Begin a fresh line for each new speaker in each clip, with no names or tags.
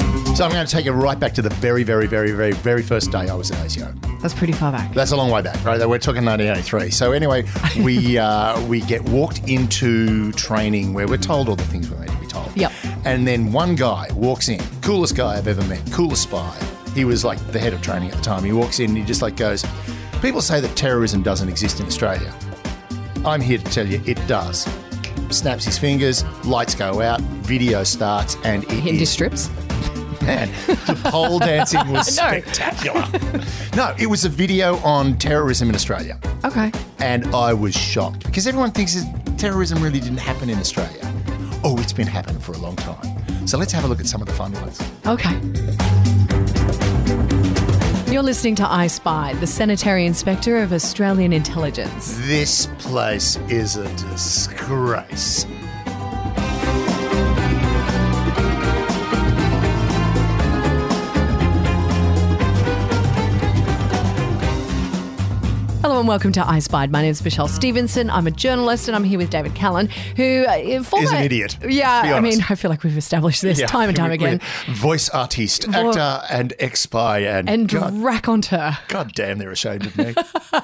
So I'm going to take it right back to the very, very, very, very, very first day I was at ACO.
That's pretty far back.
That's a long way back, right? We're talking 1983. So anyway, we uh, we get walked into training where we're told all the things we're meant to be told.
Yep.
And then one guy walks in, coolest guy I've ever met, coolest spy. He was like the head of training at the time. He walks in and he just like goes, "People say that terrorism doesn't exist in Australia. I'm here to tell you it does." Snaps his fingers, lights go out, video starts, and it
Hindu
is
strips.
man, the pole dancing was
I know.
spectacular. no, it was a video on terrorism in Australia,
Okay.
and I was shocked because everyone thinks that terrorism really didn't happen in Australia. Oh, it's been happening for a long time. So let's have a look at some of the fun ones.
Okay. You're listening to I Spy, the Sanitary Inspector of Australian Intelligence.
This place is a disgrace.
Hello and welcome to I Spy. My name is Michelle Stevenson. I'm a journalist and I'm here with David Callan, who uh, former,
Is an idiot. Let's be
Yeah, I mean,
honest.
I feel like we've established this
Yeah,
time and time
we-
again.
we're Voice artiste, actor, and ex spy, and,
And
God,
raconteur,
God damn, they're ashamed of me.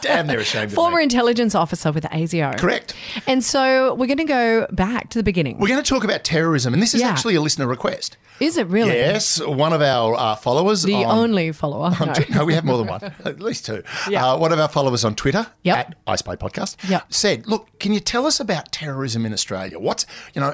damn, they're ashamed
former
of me.
intelligence officer with ASIO.
Correct.
And so we're going to go back to the beginning.
We're going to talk about terrorism, and this is
Yeah.
actually a listener request.
Is it really?
Yes, one of our uh, followers.
The
on-
only follower.
on
No.
Twi- no, we have more than one, at least two.
Yeah.
Uh, one of our followers on Twitter
Yep.
at I Spy Podcast
Yep.
said, "Look, can you tell us about terrorism in Australia? What's you know,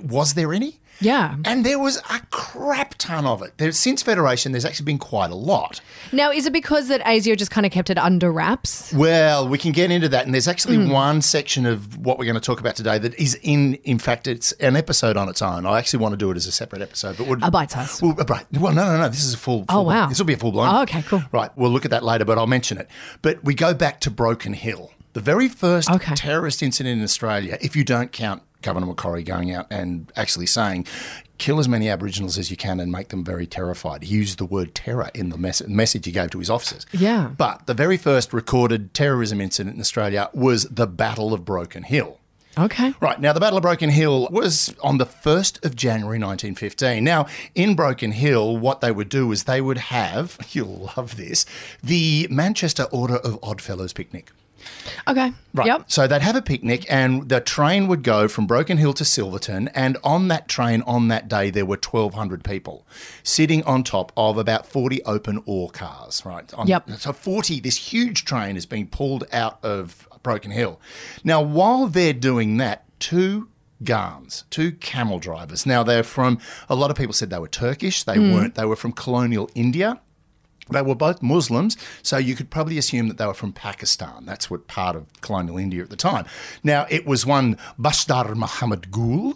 was there any?"
Yeah.
And there was a crap ton of it. There, since Federation, there's actually been quite a lot.
Now, is it because that ASIO just kind of kept it under wraps?
Well, we can get into that, and there's actually
Mm.
one section of what we're going to talk about today that is in, in fact, it's an episode on its own. I actually want to do it as a separate episode, but we'll,
A bite size.
Well, a bite- well, no, no, no. This is a full. full
wow.
This will be a full blown.
Oh, okay, cool.
Right, we'll look at that later, but I'll mention it. But we go back to Broken Hill, the very first
Okay.
terrorist incident in Australia, if you don't count Governor Macquarie going out and actually saying, kill as many Aboriginals as you can and make them very terrified. He used the word terror in the mess- message he gave to his officers.
Yeah.
But the very first recorded terrorism incident in Australia was the Battle of Broken Hill.
Okay.
Right, now the Battle of Broken Hill was on the 1st of January 1915. Now, in Broken Hill, what they would do is they would have, you'll love this, the Manchester Order of Odd Fellows picnic.
Okay.
Right.
Yep.
So they'd have a picnic, and the train would go from Broken Hill to Silverton. And on that train, on that day, there were 1,200 people sitting on top of about 40 open ore cars, right? On-
Yep.
So 40, this huge train is being pulled out of Broken Hill. Now, while they're doing that, two Garns, two camel drivers. Now, they're from, a lot of people said they were Turkish. They
Hmm.
weren't, they were from colonial India. They were both Muslims, so you could probably assume that they were from Pakistan. That's what part of colonial India at the time. Now, it was one Bashdar Muhammad Gul,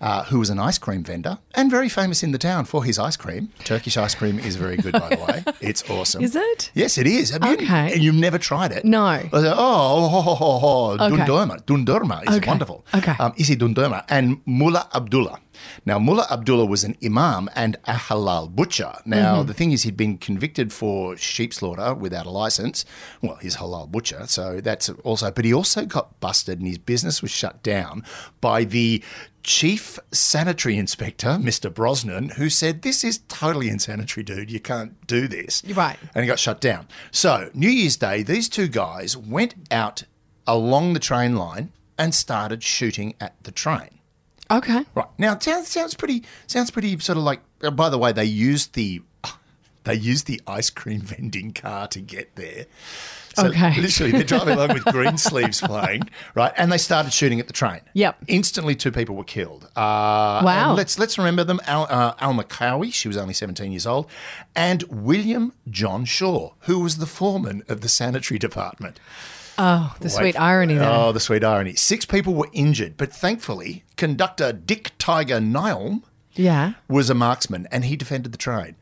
uh, who was an ice cream vendor and very famous in the town for his ice cream. Turkish ice cream is very good, by the way. It's awesome.
Is it?
Yes, it is. Have you-
Okay.
and you've never tried it?
No.
I was like, oh, ho, ho, ho, ho,
Okay.
Dundurma. Dundurma is
Okay.
wonderful.
Okay.
Um, Isi Dundurma and Mullah Abdullah. Now, Mullah Abdullah was an imam and a halal butcher. Now, the thing is, he'd been convicted for sheep slaughter without a license. Well, he's a halal butcher, so that's also. But he also got busted and his business was shut down by the chief sanitary inspector, Mr. Brosnan, who said, This is totally insanitary, dude. You can't do this.
Right.
And he got shut down. So, New Year's Day, these two guys went out along the train line and started shooting at the train.
Okay.
Right. Now, it sounds, sounds pretty sounds pretty sort of like uh, by the way, they used the they used the ice cream vending car to get there. So
Okay.
literally they're driving along with green sleeves playing, right? And they started shooting at the train.
Yep.
Instantly two people were killed. Uh
Wow.
and let's let's remember them. Al, uh, Alma Cowie, she was only 17 years old, and William John Shaw, who was the foreman of the sanitary department.
Oh, the
Wait
sweet
for-
irony there.
Oh, the sweet irony. Six people were injured, but thankfully, conductor Dick Tiger Nyholm
yeah.
was a marksman and he defended the train.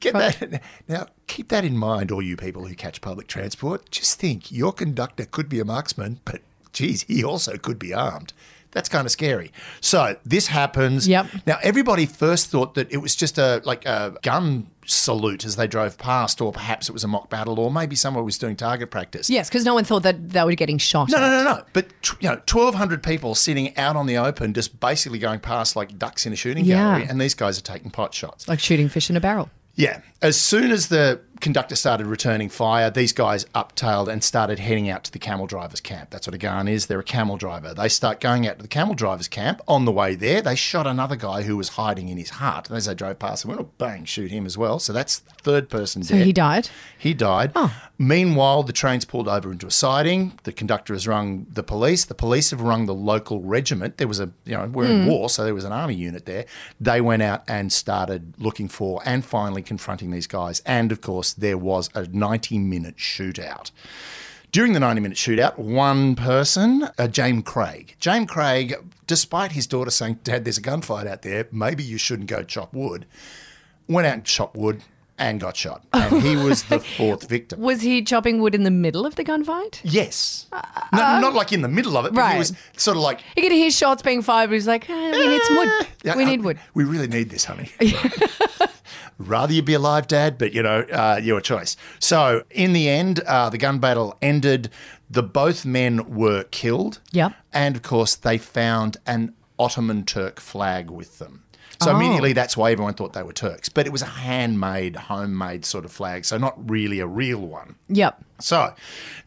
Get that now. Keep that in mind, all you people who catch public transport. Just think, your conductor could be a marksman, but geez, he also could be armed. That's kind of scary. So this happens.
Yep.
Now everybody first thought that it was just a like a gun salute as they drove past, or perhaps it was a mock battle, or maybe someone was doing target practice.
Yes, because no one thought that they were getting shot.
No,
at.
no, no, no. But tw- you know, twelve hundred people sitting out on the open, just basically going past like ducks in a shooting
Yeah.
gallery, and these guys are taking pot shots.
Like shooting fish in a barrel.
Yeah. As soon as the conductor started returning fire, these guys uptailed and started heading out to the camel drivers' camp. That's what a gun is. They're a camel driver. They start going out to the camel drivers' camp. On the way there, they shot another guy who was hiding in his hut. And as they drove past, they went, oh, bang, shoot him as well. So that's the third person
So
dead.
he died.
He died. Meanwhile, the train's pulled over into a siding. The conductor has rung the police. The police have rung the local regiment. There was a, you know, we're in war, so there was an army unit there. They went out and started looking for and finally confronting these guys. And of course, there was a 90 minute shootout. During the 90 minute shootout, one person, uh, James Craig. James Craig, despite his daughter saying, Dad, there's a gunfight out there, maybe you shouldn't go chop wood, went out and chopped wood and got shot. And he was the fourth victim.
Was he chopping wood in the middle of the gunfight?
Yes. No, not like in the middle of it, but
Uh, right.
he was sort of like,
He could hear shots being fired, but he's like, "Ah, we need some wood.
Yeah,
we
uh,
need wood.
We really need this, honey. Rather you be alive, Dad, but you know, uh, your choice. So, in the end, uh, the gun battle ended. The both men were killed.
Yep.
And of course, they found an Ottoman Turk flag with them. So,
Oh.
immediately, that's why everyone thought they were Turks. But it was a handmade, homemade sort of flag. So, not really a real one.
Yep.
So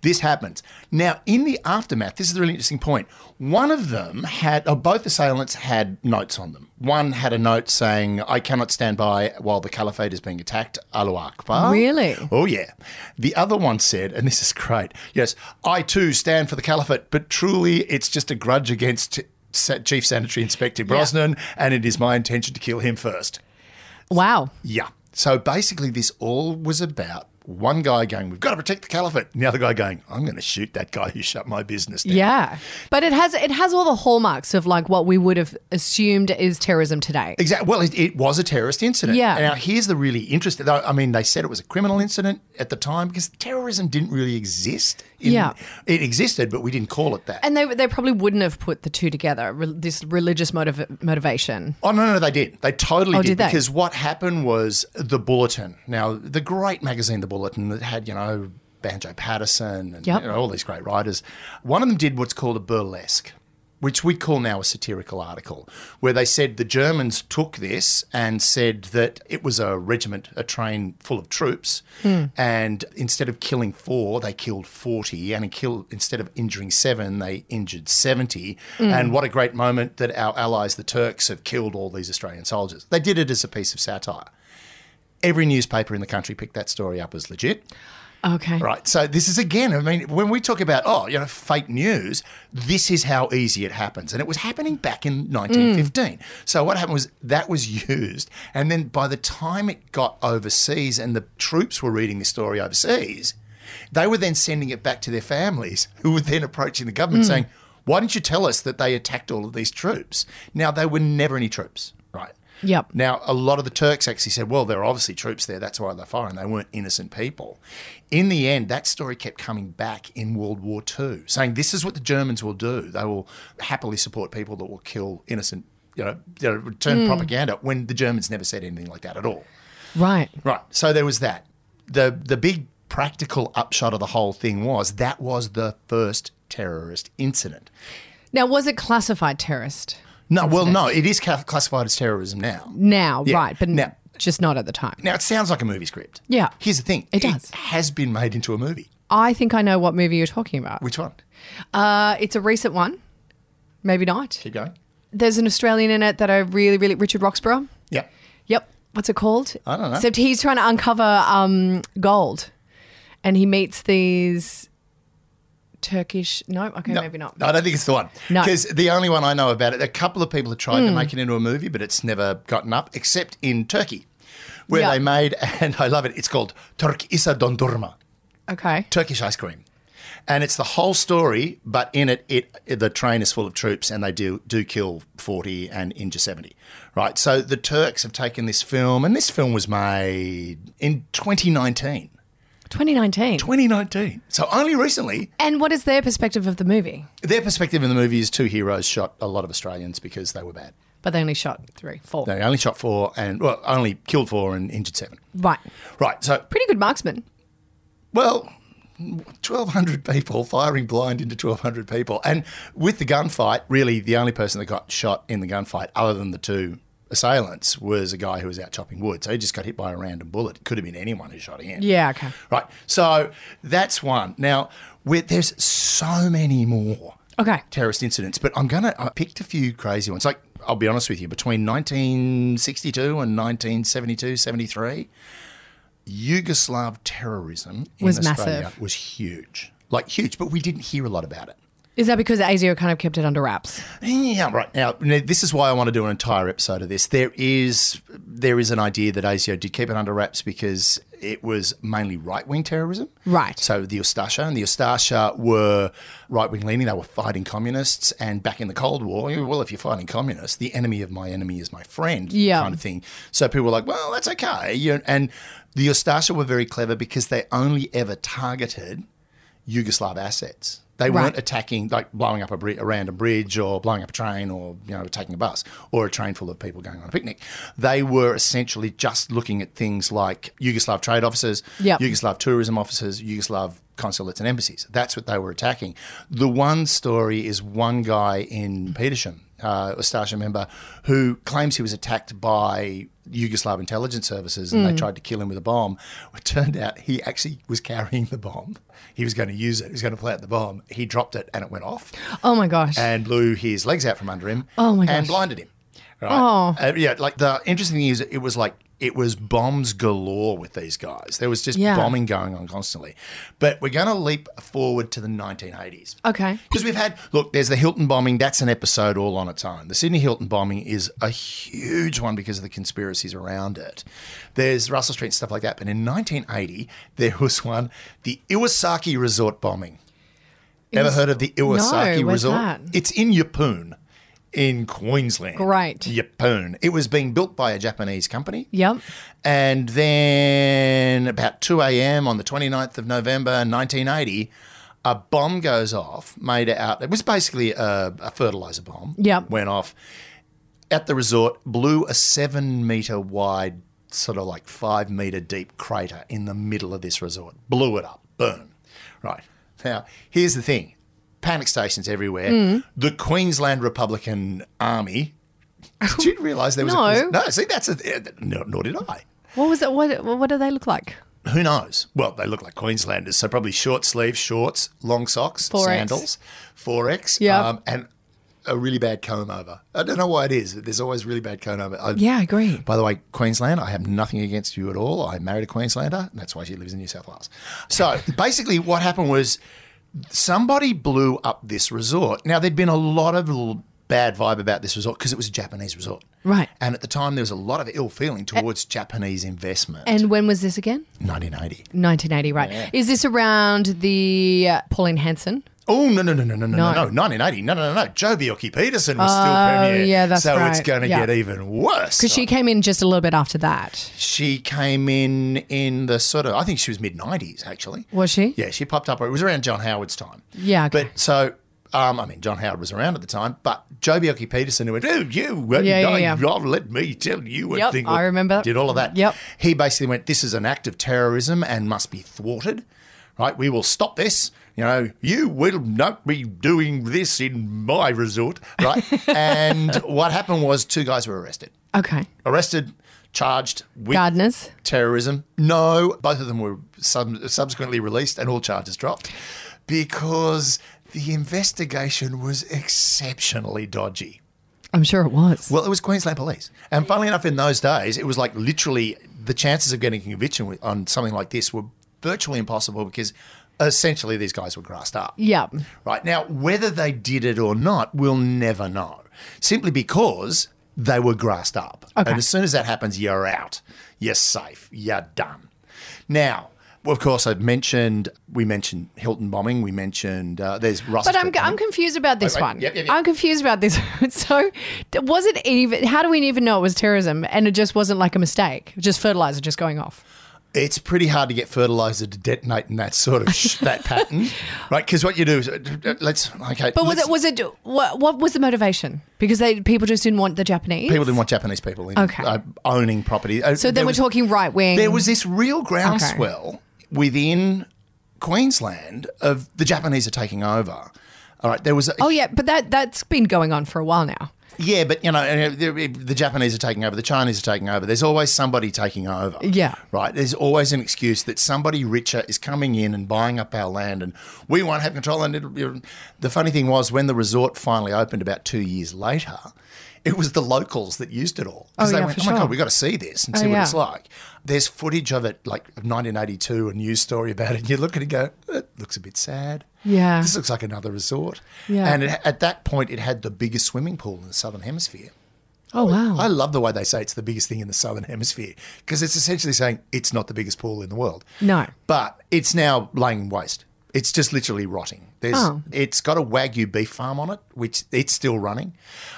this happens. Now, in the aftermath, this is the really interesting point. One of them had, or both assailants had notes on them. One had a note saying, I cannot stand by while the caliphate is being attacked, Alu Akbar.
Really?
Oh, yeah. The other one said, and this is great, yes, I too stand for the caliphate, but truly it's just a grudge against Sa- Chief Sanitary Inspector Brosnan, and it is my intention to kill him first.
Wow.
Yeah. So basically, this all was about one guy going, "We've got to protect the caliphate," and the other guy going, "I'm going to shoot that guy who shut my business down."
Yeah. But it has it has all the hallmarks of like what we would have assumed is terrorism today.
Exactly. Well, it, it was a terrorist incident.
Yeah.
Now, here's the really interesting. though, I mean, they said it was a criminal incident at the time because terrorism didn't really exist. in-
Yeah.
It existed, but we didn't call it that.
And they, they probably wouldn't have put the two together, re- this religious motiv- motivation.
Oh no, no, they did. They totally
Oh,
did,
did they?
because what happened was the Bulletin. Now, the great magazine, the Bulletin, that had you know Banjo Patterson and
Yep.
you know, all these great writers. One of them did what's called a burlesque. Which we call now a satirical article, where they said the Germans took this and said that it was a regiment, a train full of troops, and instead of killing four, they killed forty, and kill instead of injuring seven, they injured seventy. And what a great moment that our allies, the Turks, have killed all these Australian soldiers. They did it as a piece of satire. Every newspaper in the country picked that story up as legit.
Okay.
Right. So this is again, I mean, when we talk about, oh, you know, fake news, this is how easy it happens. And it was happening back in 1915. So what happened was that was used. And then by the time it got overseas and the troops were reading this story overseas, they were then sending it back to their families, who were then approaching the government saying, why didn't you tell us that they attacked all of these troops? Now, they were never any troops, right?
Yep.
Now, a lot of the Turks actually said, well, there are obviously troops there. That's why they're firing. They weren't innocent people. In the end, that story kept coming back in World War II, saying this is what the Germans will do. They will happily support people that will kill innocent, you know, you know turn propaganda when the Germans never said anything like that at all.
Right.
Right. So there was that. The the big practical upshot of the whole thing was that was the first terrorist incident.
Now, was it classified terrorist
No, well, no, it is ca- classified as terrorism now.
now?
Yeah.
Right. But n-
Now-
just not at the time.
Now it sounds like a movie script.
Yeah.
Here's the thing.
It does.
has been made into a movie.
I think I know what movie you're talking about.
Which one?
Uh, it's a recent one. Maybe not.
Keep going.
There's an Australian in it that I really, really Richard Roxburgh.
Yeah.
Yep. What's it called?
I don't know.
Except he's trying to uncover um, gold, and he meets these Turkish. No, okay, maybe not.
No, I don't think it's the one.
No. Hmm.
Because the only one I know about it, a couple of people have tried to make it into a movie, but it's never gotten up, except in Turkey, where
Yeah.
they made, and I love it, it's called Turk Isa Dondurma.
Okay.
Turkish ice cream. And it's the whole story, but in it, it the train is full of troops, and they do do kill forty and injure seventy, right? So the Turks have taken this film, and this film was made in 2019.
2019.
2019. So only recently,
and what is their perspective of the movie?
their perspective in the movie is two heroes shot a lot of Australians because they were bad.
But they only shot three, four.
They only shot four and well, only killed four and injured seven.
Right.
Right. So
Pretty good marksman.
Well, 1,200 people firing blind into 1,200 people. And with the gunfight, really the only person that got shot in the gunfight, other than the two assailants, was a guy who was out chopping wood. So he just got hit by a random bullet. It could have been anyone who shot him.
Yeah, okay.
Right. So that's one. Now, with, there's so many more
Okay.
terrorist incidents, but I'm going to, I picked a few crazy ones. Like, I'll be honest with you, between 1962 and 1972, 73, Yugoslav terrorism in
Was
Australia
massive.
was huge. Like, huge, but we didn't hear a lot about it.
Is that because ASIO kind of kept it under wraps?
Yeah, right. Now, now, this is why I want to do an entire episode of this. There is there is an idea that ASIO did keep it under wraps because it was mainly right wing terrorism.
Right.
So the Ustasha and the Ustasha were right wing leaning. They were fighting communists, and back in the Cold War, you- well, if you're fighting communists, the enemy of my enemy is my friend,
Yeah.
kind of thing. So people were like, well, that's okay. You- And the Ustasha were very clever because they only ever targeted Yugoslav assets. They
Right.
weren't attacking, like blowing up a, bri- a random bridge or blowing up a train or you know attacking a bus or a train full of people going on a picnic. They were essentially just looking at things like Yugoslav trade officers,
Yep.
Yugoslav tourism officers, Yugoslav consulates and embassies. That's what they were attacking. The one story is one guy in Petersham, uh, a Stasha member, who claims he was attacked by Yugoslav intelligence services and they tried to kill him with a bomb. It turned out he actually was carrying the bomb. He was going to use it. He was going to plant the bomb. He dropped it and it went off
Oh my gosh.
and blew his legs out from under him.
Oh, my
And
gosh.
blinded him. Right?
Oh.
Uh, yeah, like the interesting thing is, it was like it was bombs galore with these guys. There was just
Yeah.
bombing going on constantly. But we're going to leap forward to the 1980s.
okay.
Because we've had, look, there's the Hilton bombing. That's an episode all on its own. The Sydney Hilton bombing is a huge one because of the conspiracies around it. There's Russell Street and stuff like that. But in 1980, there was one, the Iwasaki Resort bombing. Ever
Iwas-
heard of the Iwasaki
No, where's
Resort?
that?
It's in Yapoon, in Queensland.
Great.
Yapoon. It was being built by a Japanese company.
Yep.
And then about 2 a.m. on the 29th of November 1980, a bomb goes off made out. It was basically a, a fertilizer bomb.
Yep.
Went off at the resort, blew a seven meter wide, sort of like five meter deep crater in the middle of this resort. Blew it up. Boom. Right. Now, here's the thing panic stations everywhere.
Hmm.
The Queensland Republican Army. Did you realise there was
No.
a. Queens- No, see, that's a. eh, No, nor did I.
What was it? What What do they look like?
Who knows? Well, they look like Queenslanders, so probably short sleeve shorts, long socks,
4X.
sandals, 4X,
Yep.
and a really bad comb over. I don't know why it is. There's always really bad comb over. I,
Yeah, I agree.
By the way, Queensland, I have nothing against you at all. I married a Queenslander, and that's why she lives in New South Wales. So basically, what happened was somebody blew up this resort. Now, there'd been a lot of l- bad vibe about this resort because it was a Japanese resort.
Right.
And at the time, there was a lot of ill feeling towards Japanese investment.
And when was this again?
1980.
1980, right. Is this around the uh, Pauline Hanson?
Oh no no no no no no no!
No.
1980. No no no no. Joe Bjorky Peterson was
Oh,
still premier.
yeah, that's
so it's
right.
going to
Yeah.
get even worse.
Because she came in just a little bit after that,
she came in in the sort of I think she was mid 90s actually.
was she?
Yeah, she popped up. It was around John Howard's time.
Yeah, okay.
But so. Um, I mean, John Howard was around at the time, but Joe Bjorky Peterson who went, "Oh, you, uh,
Yeah, yeah,
no,
yeah.
y'all let me tell you what
Yep,
thing."
I remember that.
Did all of that.
Yep.
He basically went, "This is an act of terrorism and must be thwarted." Right? We will stop this. You know, you will not be doing this in my resort. Right? and what happened was two guys were arrested,
Okay.
arrested, charged with
Gardeners.
terrorism. No, both of them were sub- subsequently released and all charges dropped because the investigation was exceptionally dodgy.
I'm sure it was.
Well, it was Queensland Police. And funnily enough, in those days, it was like literally the chances of getting a conviction with- on something like this were virtually impossible because essentially these guys were grassed up.
yeah.
Right. Now, whether they did it or not, we'll never know, simply because they were grassed up.
Okay.
And as soon as that happens, you're out. You're safe. You're done. Now, of course, I've mentioned, we mentioned Hilton bombing. We mentioned, uh, there's Russell.
But I'm,
Street
I'm
bombing.
confused about this
Wait, wait.
one.
Yep, yep, yep.
I'm confused about this. so, d- was it even? How do we even know it was terrorism? And it just wasn't like a mistake, just fertilizer just going off.
It's pretty hard to get fertilizer to detonate in that sort of sh- that pattern, right? Because what you do is uh, let's okay.
But was
let's-
it was it what, what was the motivation? Because they people just didn't want the Japanese.
people didn't want Japanese people in
Okay.
uh, owning property? Uh,
so
there
then we're
was-
talking right wing.
There was this real groundswell within Queensland of the Japanese are taking over. All right, there was a
oh yeah, but that that's been going on for a while now.
Yeah, but you know, uh, the the Japanese are taking over, the Chinese are taking over. There's always somebody taking over.
Yeah.
Right? There's always an excuse that somebody richer is coming in and buying up our land and we won't have control. And it'll be, the funny thing was, when the resort finally opened about two years later, it was the locals that used it all.
Oh,
Because they
yeah,
went,
for
oh my
sure.
God, we've got to see this and
Oh,
see what
yeah.
it's like. There's footage of it, like 1982, a news story about it. And you look at it and go, it looks a bit sad.
Yeah.
This looks like another resort.
Yeah.
And it, at that point, it had the biggest swimming pool in the Southern Hemisphere.
Oh wow.
I love the way they say it's the biggest thing in the Southern Hemisphere because it's essentially saying it's not the biggest pool in the world.
No.
But it's now laying waste. It's just literally rotting. There's,
Oh.
It's got a Wagyu beef farm on it, which it's still running.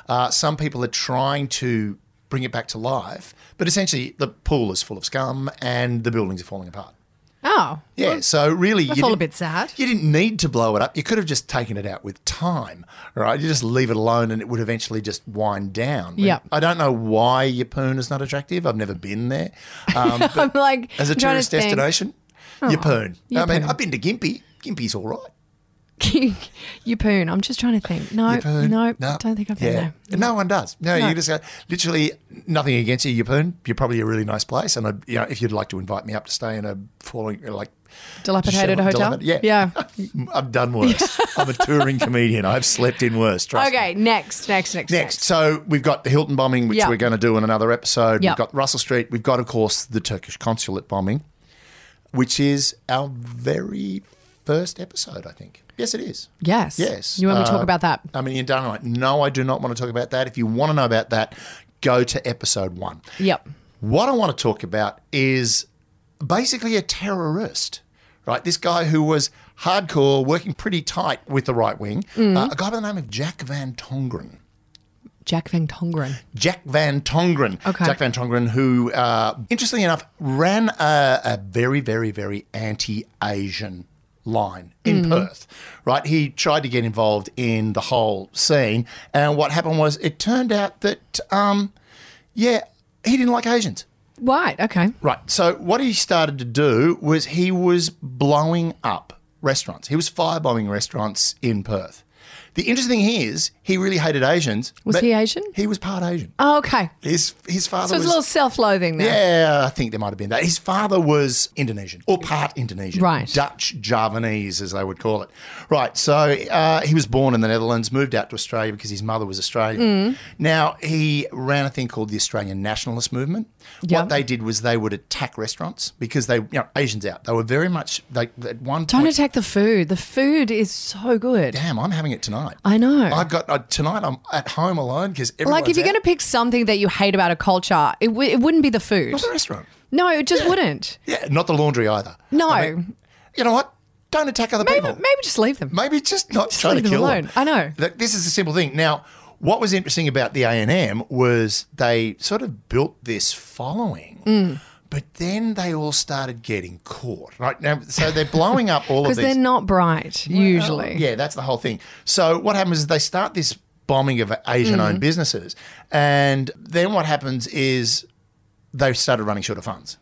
Uh, some people are trying to bring it back to life, but essentially the pool is full of scum and the buildings are falling apart.
oh.
Yeah, so really,
That's
you
all a
didn't-
bit sad.
You didn't need to blow it up. You could have just taken it out with time, right? You just leave it alone, and it would eventually just wind down.
Yep.
I don't know why Yeppoon is not attractive. I've never been there. Um, but
I'm like
as a
I'm trying to
tourist
think. Oh,
destination, Yeppoon. I mean,
Yeppoon.
I've been to Gympie. Gympie's all right.
you poon. I'm just trying to think. No,
Yeppoon.
Oh, no, don't think I've been there.
No one does. No,
No.
you just go. Literally nothing against you, Yeppoon. You're probably a really nice place, and I, you know, if you'd like to invite me up to stay in a falling like
Dilapidated
Disheveled-
hotel.
dilapid- yeah.
Yeah.
I've done worse. I'm a touring comedian. I've slept in worse. Trust me.
okay. Next. Next. Next.
Next, so we've got the Hilton bombing, which
Yeah.
we're going to do in another episode.
Yeah.
We've got Russell Street. We've got, of course, the Turkish consulate bombing, which is our very first episode, I think. Yes, it is.
Yes.
Yes.
You want me to
Uh,
talk about that?
I mean, you're done right. No, I do not want to talk about that. If you want to know about that, go to episode one.
Yep.
What I want to talk about is basically a terrorist, right? This guy who was hardcore, working pretty tight with the right wing, uh, a guy by the name of Jack Van Tongeren.
Jack Van Tongeren.
Jack Van Tongeren.
Okay.
Jack Van Tongeren, who, uh, interestingly enough, ran a, a very, very, very anti Asian line in Perth, right? He tried to get involved in the whole scene. And what happened was it turned out that, um, yeah, he didn't like Asians.
Right. Okay.
Right. So what he started to do was he was blowing up restaurants. He was firebombing restaurants in Perth. The interesting thing is he really hated Asians.
Was
but
he Asian?
He was part Asian.
Oh, okay.
His his father
So it's
was
a little self-loathing there.
yeah, I think there might have been that. His father was Indonesian or part Indonesian,
Right.
Dutch Javanese, as they would call it. Right. So uh, he was born in the Netherlands, moved out to Australia because his mother was Australian.
Mm.
Now he ran a thing called the Australian Nationalist Movement.
Yeah.
What they did was they would attack restaurants because they, you know, Asians out. They were very much like at one
Don't
point.
attack the food. The food is so good.
Damn, I'm having it tonight.
I know.
I've got uh, tonight. I'm at home alone because
like if you're going to pick something that you hate about a culture, it, w- it wouldn't be the food.
the restaurant.
No, it just wouldn't.
Yeah, not the laundry either.
No.
I mean, you know what? Don't attack other
Maybe,
people.
maybe just leave them.
Maybe just not try to
leave them
kill
alone.
them.
I know.
Th- This is a simple thing. Now, what was interesting about the A and M was they sort of built this following.
Mm.
But then they all started getting caught, right? Now, so they're blowing up all of
Because
these.
they're not bright, usually.
Yeah, that's the whole thing. So what happens is they start this bombing of
Mm.
Asian-owned businesses, and then what happens is they started running short of funds.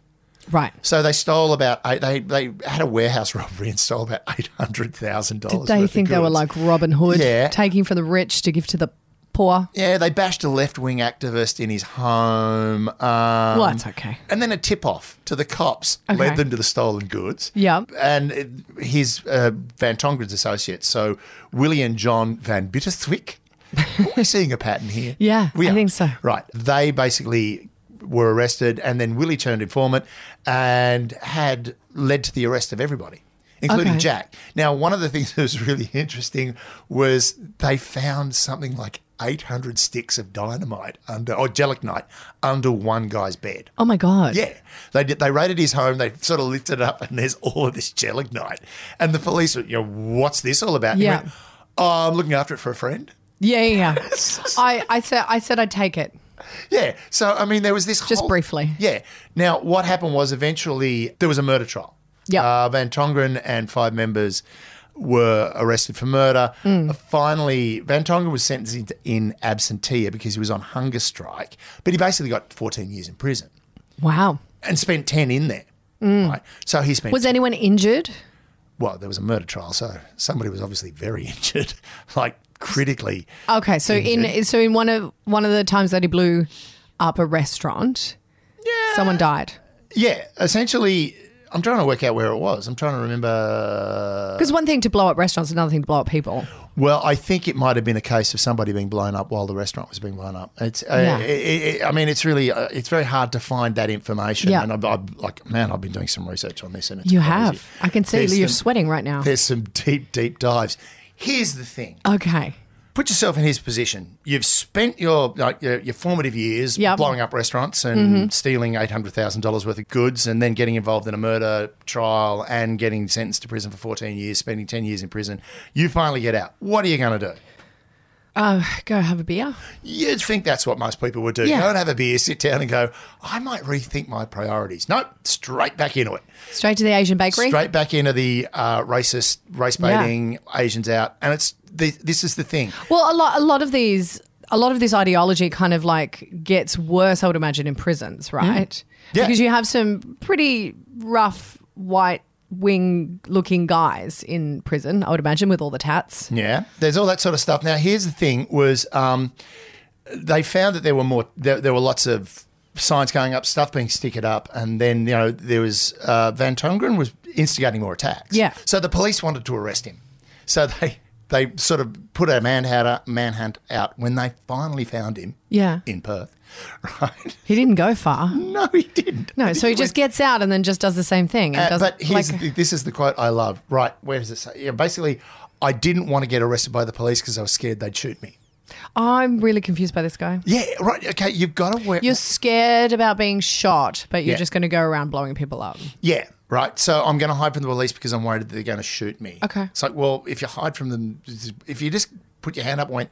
Right.
So they stole about eight, they they had a warehouse robbery and stole about eight hundred thousand dollars.
They think they were like Robin Hood,
Yeah.
taking from the rich to give to the poor.
yeah, they bashed a left wing activist in his home. Um,
well, that's okay.
And then a tip off to the cops
Okay.
led them to the stolen goods.
Yeah.
And it- his uh, Van Tongeren's associates, so Willie and John Van Bitterswick. Are we seeing a pattern here?
Yeah,
we
I
are.
think so.
Right. They basically were arrested, and then Willie turned informant and had led to the arrest of everybody, including
Okay.
Jack. Now, one of the things that was really interesting was they found something like 800 sticks of dynamite under, or gelicnite, under one guy's bed.
Oh my God.
Yeah, they did. They raided his home. They sort of lifted it up, and there's all of this gelignite. And the police, were, you know, what's this all about? And he
Yeah.
went, oh, I'm looking after it for a friend.
Yeah, yeah. yeah. I, I said I said I'd take it.
Yeah. So I mean, there was this
Just
whole-
briefly.
Yeah. Now, what happened was eventually there was a murder trial.
Yep.
Uh, Van Tongeren and five members were arrested for murder.
Mm.
Uh, Finally, Van Tongeren was sentenced in absentia because he was on hunger strike, but he basically got 14 years in prison
Wow.
and spent 10 in there. Right. So he spent
Mm. Was anyone injured?
well, there was a murder trial, so somebody was obviously very injured, like critically.
Okay, so in so in one of one of the times that he blew up a restaurant, yeah. someone died.
Yeah, essentially, I'm trying to work out where it was. I'm trying to remember.
Because one thing to blow up restaurants, another thing to blow up people.
Well, I think it might have been a case of somebody being blown up while the restaurant was being blown up. It's, uh,
Yeah.
it, it, it- I mean, it's really, uh, it's very hard to find that information.
Yeah.
And I'm, I'm like, man, I've been doing some research on this, and it's
You
crazy.
have. I can see
There's
you're
some-
sweating right now.
There's some deep, deep dives. Here's the thing.
Okay.
put yourself in his position. You've spent your like your, your formative years
Yep. Mm-hmm.
blowing up restaurants and stealing eight hundred thousand dollars worth of goods, and then getting involved in a murder trial and getting sentenced to prison for fourteen years, spending ten years in prison. You finally get out. What are you going to do?
Uh, go have a beer.
You'd think that's what most people would do.
Yeah.
Go and have a beer, sit down, and go. I might rethink my priorities. Nope, straight back into it.
Straight to the Asian bakery.
Straight back into the uh, racist, race baiting, Asians out, and it's the, this is the thing.
Well, a lot a lot of these a lot of this ideology kind of like gets worse, I would imagine, in prisons, right?
Mm. Yeah.
Because you have some pretty rough white wing looking guys in prison, I would imagine, with all the tats.
Yeah, there's all that sort of stuff. Now, here's the thing: was um, they found that there were more, there, there were lots of signs going up, stuff being stickered up, and then you know there was uh, Van Tongeren was instigating more attacks.
Yeah.
So the police wanted to arrest him, so they they sort of put a manhunt manhunt out when they finally found him
Yeah.
in Perth. Right?
He didn't go far.
No, he didn't.
No, so he just gets out and then just does the same thing. And
Uh,
doesn't,
but here's
like,
the, this is the quote I love. Right, where does it say? Yeah, basically, I didn't want to get arrested by the police because I was scared they'd shoot me.
I'm really confused by this guy.
Yeah, right. Okay, you've got to work.
You're scared about being shot, but you're
Yeah.
just going to go around blowing people up.
yeah, right. So I'm going to hide from the police because I'm worried that they're going to shoot me.
Okay.
It's like, well, if you hide from them, if you just put your hand up and went,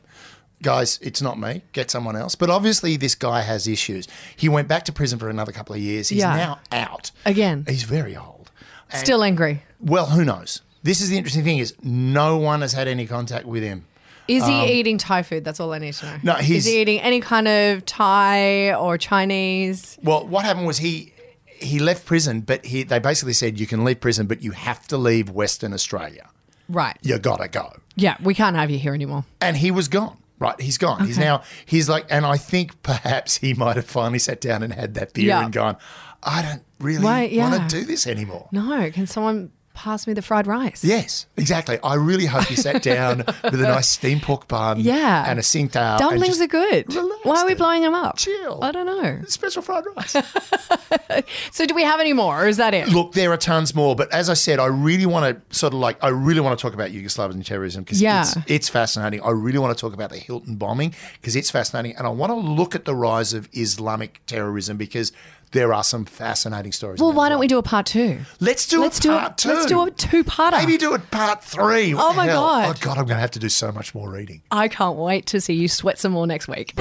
guys, it's not me, get someone else. But obviously, this guy has issues. He went back to prison for another couple of years. He's
Yeah.
now out.
Again.
He's very old. And-
Still angry.
Well, who knows? This is the interesting thing is no one has had any contact with him.
Is he eating Thai food? That's all I need to know.
Um, No, he's-
is he eating any kind of Thai or Chinese?
Well, what happened was he he left prison, but he they basically said you can leave prison, but you have to leave Western Australia.
Right.
You gotta go.
Yeah, we can't have you here anymore.
and he was gone. Right, he's gone. He's
Okay.
now he's like, and I think perhaps he might have finally sat down and had that beer
Yeah.
and gone. I don't really
Why- yeah.
want to do this anymore.
No, can someone pass me the fried rice?
Yes, exactly. I really hope he sat down with a nice steam pork bun,
Yeah.
and a singtail.
Dumplings are
and just
good.
relax
Why are we
then.
blowing them up?
Chill.
I don't know.
special fried rice.
So, do we have any more, or is that it?
Look, there are tons more, but as I said, I really want to sort of like I really want to talk about Yugoslavian terrorism because
Yeah.
it's, it's fascinating. I really want to talk about the Hilton bombing because it's fascinating, and I want to look at the rise of Islamic terrorism because there are some fascinating stories.
Well, why don't we do a part two?
Let's do
Let's
a
do
part
a,
two.
Let's do a two-parter.
Maybe do it part three. What
Oh
the
my
hell?
God.
Oh god, I'm going to have to do so much more reading.
I can't wait to see you sweat some more next week.